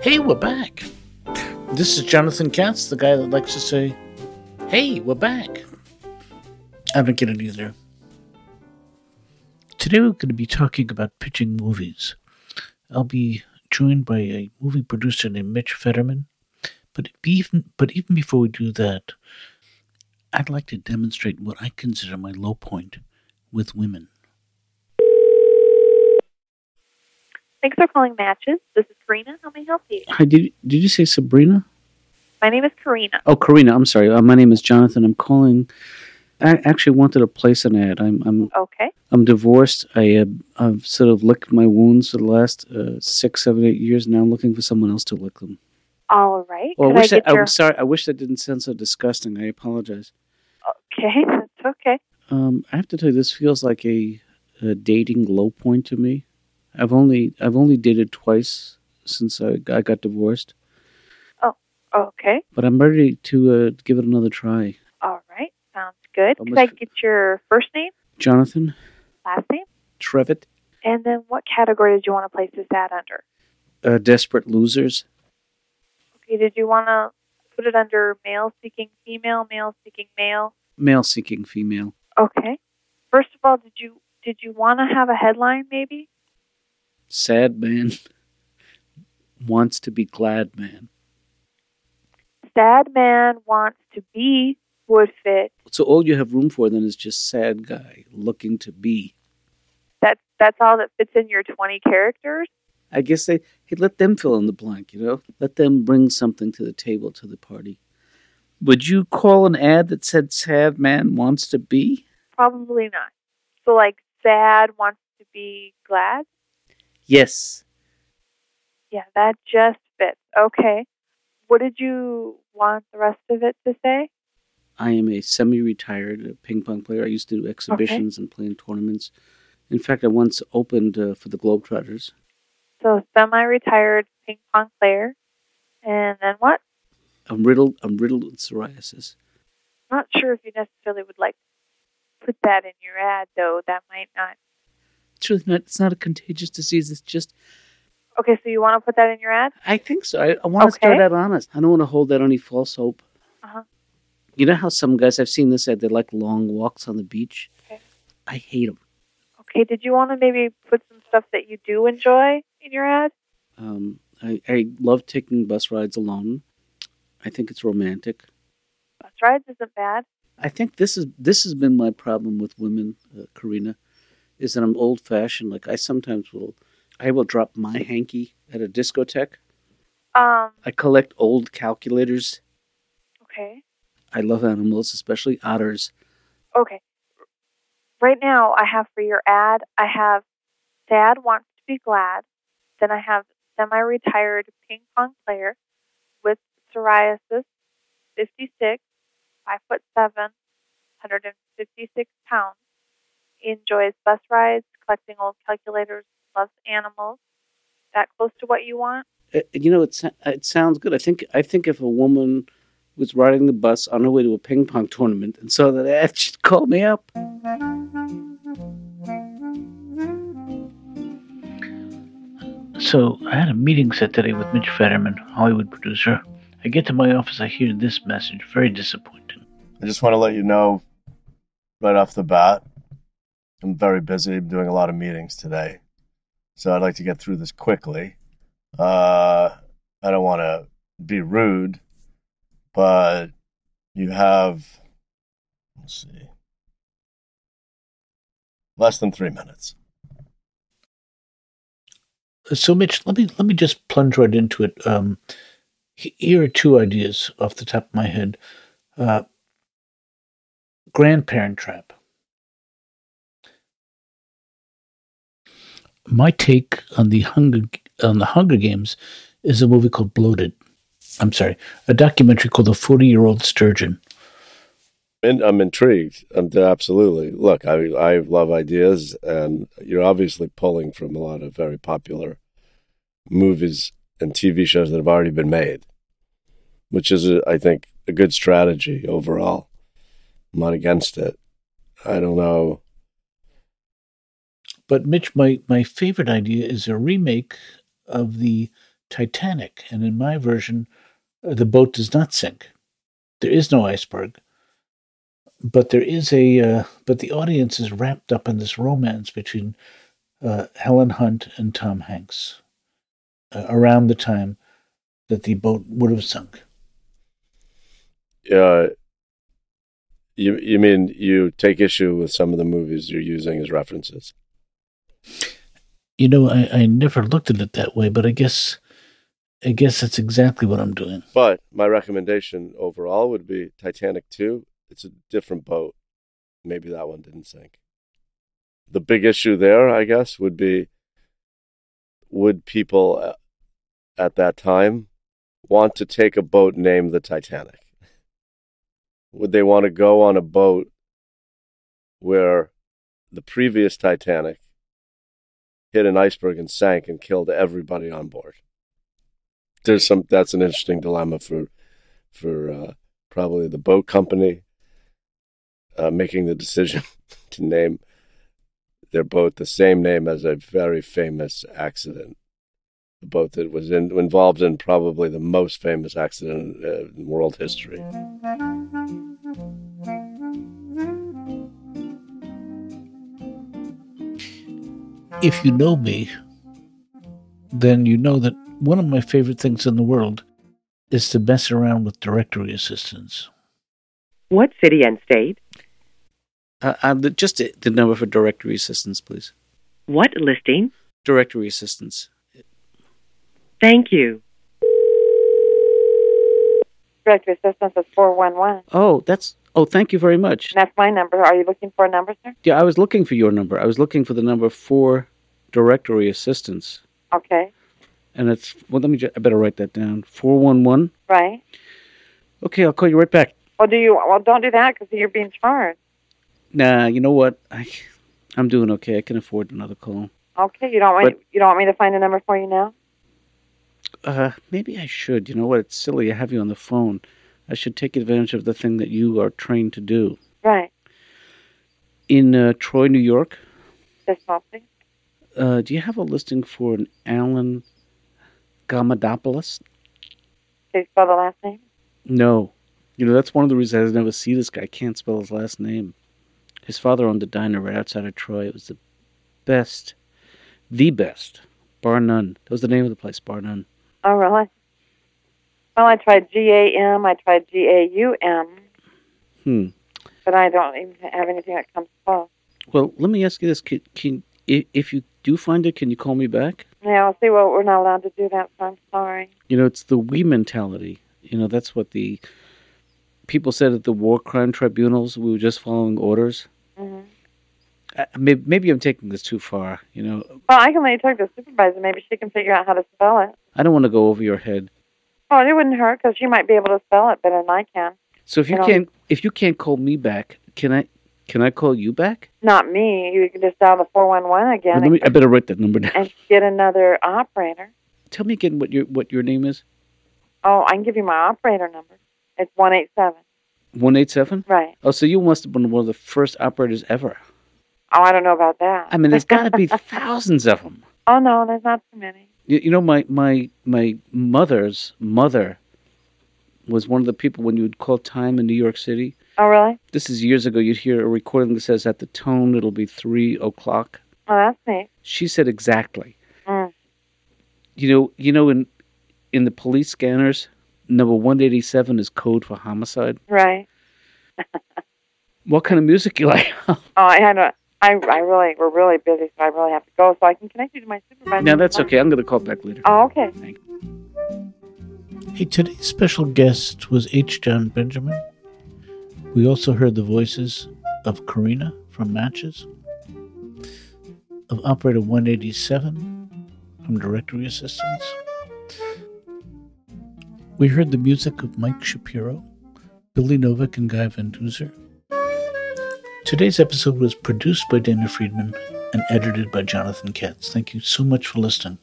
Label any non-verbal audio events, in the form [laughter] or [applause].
Hey, we're back. This is Jonathan Katz, the guy that likes to say, Hey, we're back. I don't get it either. Today we're going to be talking about pitching movies. I'll be joined by a movie producer named Mitch Fetterman. But even, but even before we do that, I'd like to demonstrate what I consider my low point with women. Thanks for calling Matches. This is Karina. How may I help you? Hi, did, did you say Sabrina? My name is Karina. Oh, Karina, I'm sorry. Uh, my name is Jonathan. I'm calling. I actually wanted to place an ad. I'm I'm Okay. I'm divorced. I uh, I've sort of licked my wounds for the last uh, six, seven, eight years. Now I'm looking for someone else to lick them. All right. Oh, I Could wish I that, get your... I'm sorry. I wish that didn't sound so disgusting. I apologize. [laughs] Okay, that's okay. Um, I have to tell you, this feels like a, a dating low point to me. I've only I've only dated twice since I, I got divorced, Okay. but I'm ready to uh, give it another try. All right. Sounds good. Could Almost- I get your first name, Jonathan last name, Trevitt, and then what category did you want to place this ad under? uh, desperate losers. Okay, did you want to put it under male seeking female, male seeking male? male seeking female. Okay. First of all, did you did you want to have a headline maybe? Sad man [laughs] wants to be glad man. Sad man wants to be would fit. So all you have room for then is just sad guy looking to be. That's that's all that fits in your 20 characters. I guess they hey let them fill in the blank, you know? Let them bring something to the table to the party. Would you call an ad that said sad man wants to be? Probably not. So, like, sad wants to be glad. Yes. Yeah, that just fits. Okay. What did you want the rest of it to say? I am a semi retired ping pong player. I used to do exhibitions and play in tournaments. In fact, I once opened uh, for the Globetrotters. So, semi retired ping pong player. And then what? I'm riddled, I'm riddled with psoriasis. Not sure if you necessarily would like to put that in your ad, though. That might not. It's really not. It's not a contagious disease. It's just. Okay, so you want to put that in your ad? I think so. I, I want to Okay. start out honest. I don't want to hold out any false hope. Uh-huh. You know how some guys I've seen this at. They like long walks on the beach. Okay. I hate them. Okay, did you want to maybe put some stuff that you do enjoy in your ad? Um, I, I love taking bus rides alone. I think it's romantic. Bus rides isn't bad. I think this is this has been my problem with women, uh, Karina, is that I'm old fashioned. Like I sometimes will, I will drop my hanky at a discotheque. Um, I collect old calculators. okay. I love animals, especially otters. Okay. Right now, I have for your ad, I have Dad Wants to Be Glad. Then I have Semi Retired Ping Pong Player with Psoriasis, 56, 5 foot 7, 156 pounds. Enjoys bus rides, collecting old calculators, loves animals. That close to what you want? Uh, you know, it sa- it sounds good. I think I think if a woman was riding the bus on her way to a ping pong tournament and saw that ad, [laughs] she'd call me up. So I had a meeting set today with Mitch Fetterman, Hollywood producer. I get to my office, I hear this message, very disappointing. I just want to let you know right off the bat, I'm very busy. I'm doing a lot of meetings today. So I'd like to get through this quickly. Uh, I don't want to be rude, but you have, let's see, less than three minutes. So Mitch, let me let me just plunge right into it. Um, he- here are two ideas off the top of my head: uh, grandparent trap. My take on the Hunger on the Hunger Games is a movie called Bloated. I'm sorry, a documentary called The Forty Year Old Sturgeon. And I'm intrigued. i absolutely. Look, I I love ideas, and you're obviously pulling from a lot of very popular movies and TV shows that have already been made, which is, a, I think, a good strategy overall. I'm not against it. I don't know. But Mitch, my, my favorite idea is a remake of the Titanic, and in my version, uh, the boat does not sink. There is no iceberg, but there is a uh, but the audience is wrapped up in this romance between uh, Helen Hunt and Tom Hanks uh, around the time that the boat would have sunk. Yeah. uh, You you mean you take issue with some of the movies you're using as references? You know, I, I never looked at it that way, but I guess I guess that's exactly what I'm doing. But my recommendation overall would be Titanic 2. It's a different boat. Maybe that one didn't sink. The big issue there, I guess, would be would people uh, at that time want to take a boat named the Titanic? Would they want to go on a boat where the previous Titanic hit an iceberg and sank and killed everybody on board? there's some that's an interesting dilemma for for uh, probably the boat company uh, making the decision [laughs] to name their boat the same name as a very famous accident the boat that was in, involved in probably the most famous accident uh, in world history if you know me then you know that one of my favorite things in the world is to mess around with directory assistants. What city and state? Uh, uh, the, just the, the number for directory assistants, please. What listing? Directory assistants. Thank you. Directory assistance is 411. Oh, that's. Oh, thank you very much. That's my number. Are you looking for a number, sir? Yeah, I was looking for your number. I was looking for the number for directory assistants. Okay and it's well. Let me. Just, I better write that down. Four one one. Right. Okay, I'll call you right back. Well, do you? Well, don't do that because you're being charged. Nah, you know what? I, I'm doing okay. I can afford another call. Okay, you don't want but, you don't want me to find a number for you now. Uh, maybe I should. You know what? It's silly. I have you on the phone. I should take advantage of the thing that you are trained to do. Right. In uh, Troy, New York. Just small, please. Uh, do you have a listing for an Allen Gamadopoulos. Can you spell the last name? No. You know, that's one of the reasons I never see this guy. I can't spell his last name. His father owned a diner right outside of Troy. It was the best, the best, bar none. That was the name of the place, bar none. Oh, really? Well, I tried G A M, I tried G A U M. Hmm. But I don't even have anything that comes close. Well, let me ask you this. Can, can if you do find it, can you call me back? Yeah, I'll see. Well, we're not allowed to do that, so I'm sorry. You know, it's the we mentality. You know, that's what the people said at the war crime tribunals. We were just following orders. Mm-hmm. Uh, maybe, maybe, I'm taking this too far. You know. Well, I can let you talk to the supervisor. Maybe she can figure out how to spell it. I don't want to go over your head. Oh, it wouldn't hurt because you might be able to spell it better than I can. So if you, you can't, know? if you can't call me back, can I? Can I call you back? Not me. You can just dial the four one one again. Well, me, I better write that number down. And get another operator. Tell me again what your what your name is. Oh, I can give you my operator number. It's one eight seven. One eight seven. Right. Oh, so you must have been one of the first operators ever. Oh, I don't know about that. I mean, there's got to be thousands of them. Oh no, there's not too many. You, you know, my my my mother's mother was one of the people when you would call time in New York City. Oh, really? This is years ago. You'd hear a recording that says, at the tone, it'll be 3 o'clock. Oh, that's neat. She said exactly. Mm. You know, you know, in in the police scanners, number 187 is code for homicide. Right. what kind of music you like? [laughs] oh, I had a... I, I really, we're really busy, so I really have to go. So I can connect you to my supervisor. No, that's okay. I'm going to call back later. Oh, okay. Thanks. Hey, today's special guest was H. John Benjamin. We also heard the voices of Karina from Matches, of Operator 187 from Directory Assistance. We heard the music of Mike Shapiro, Billy Novak, and Guy Van Duzer. Today's episode was produced by Dana Friedman and edited by Jonathan Katz. Thank you so much for listening.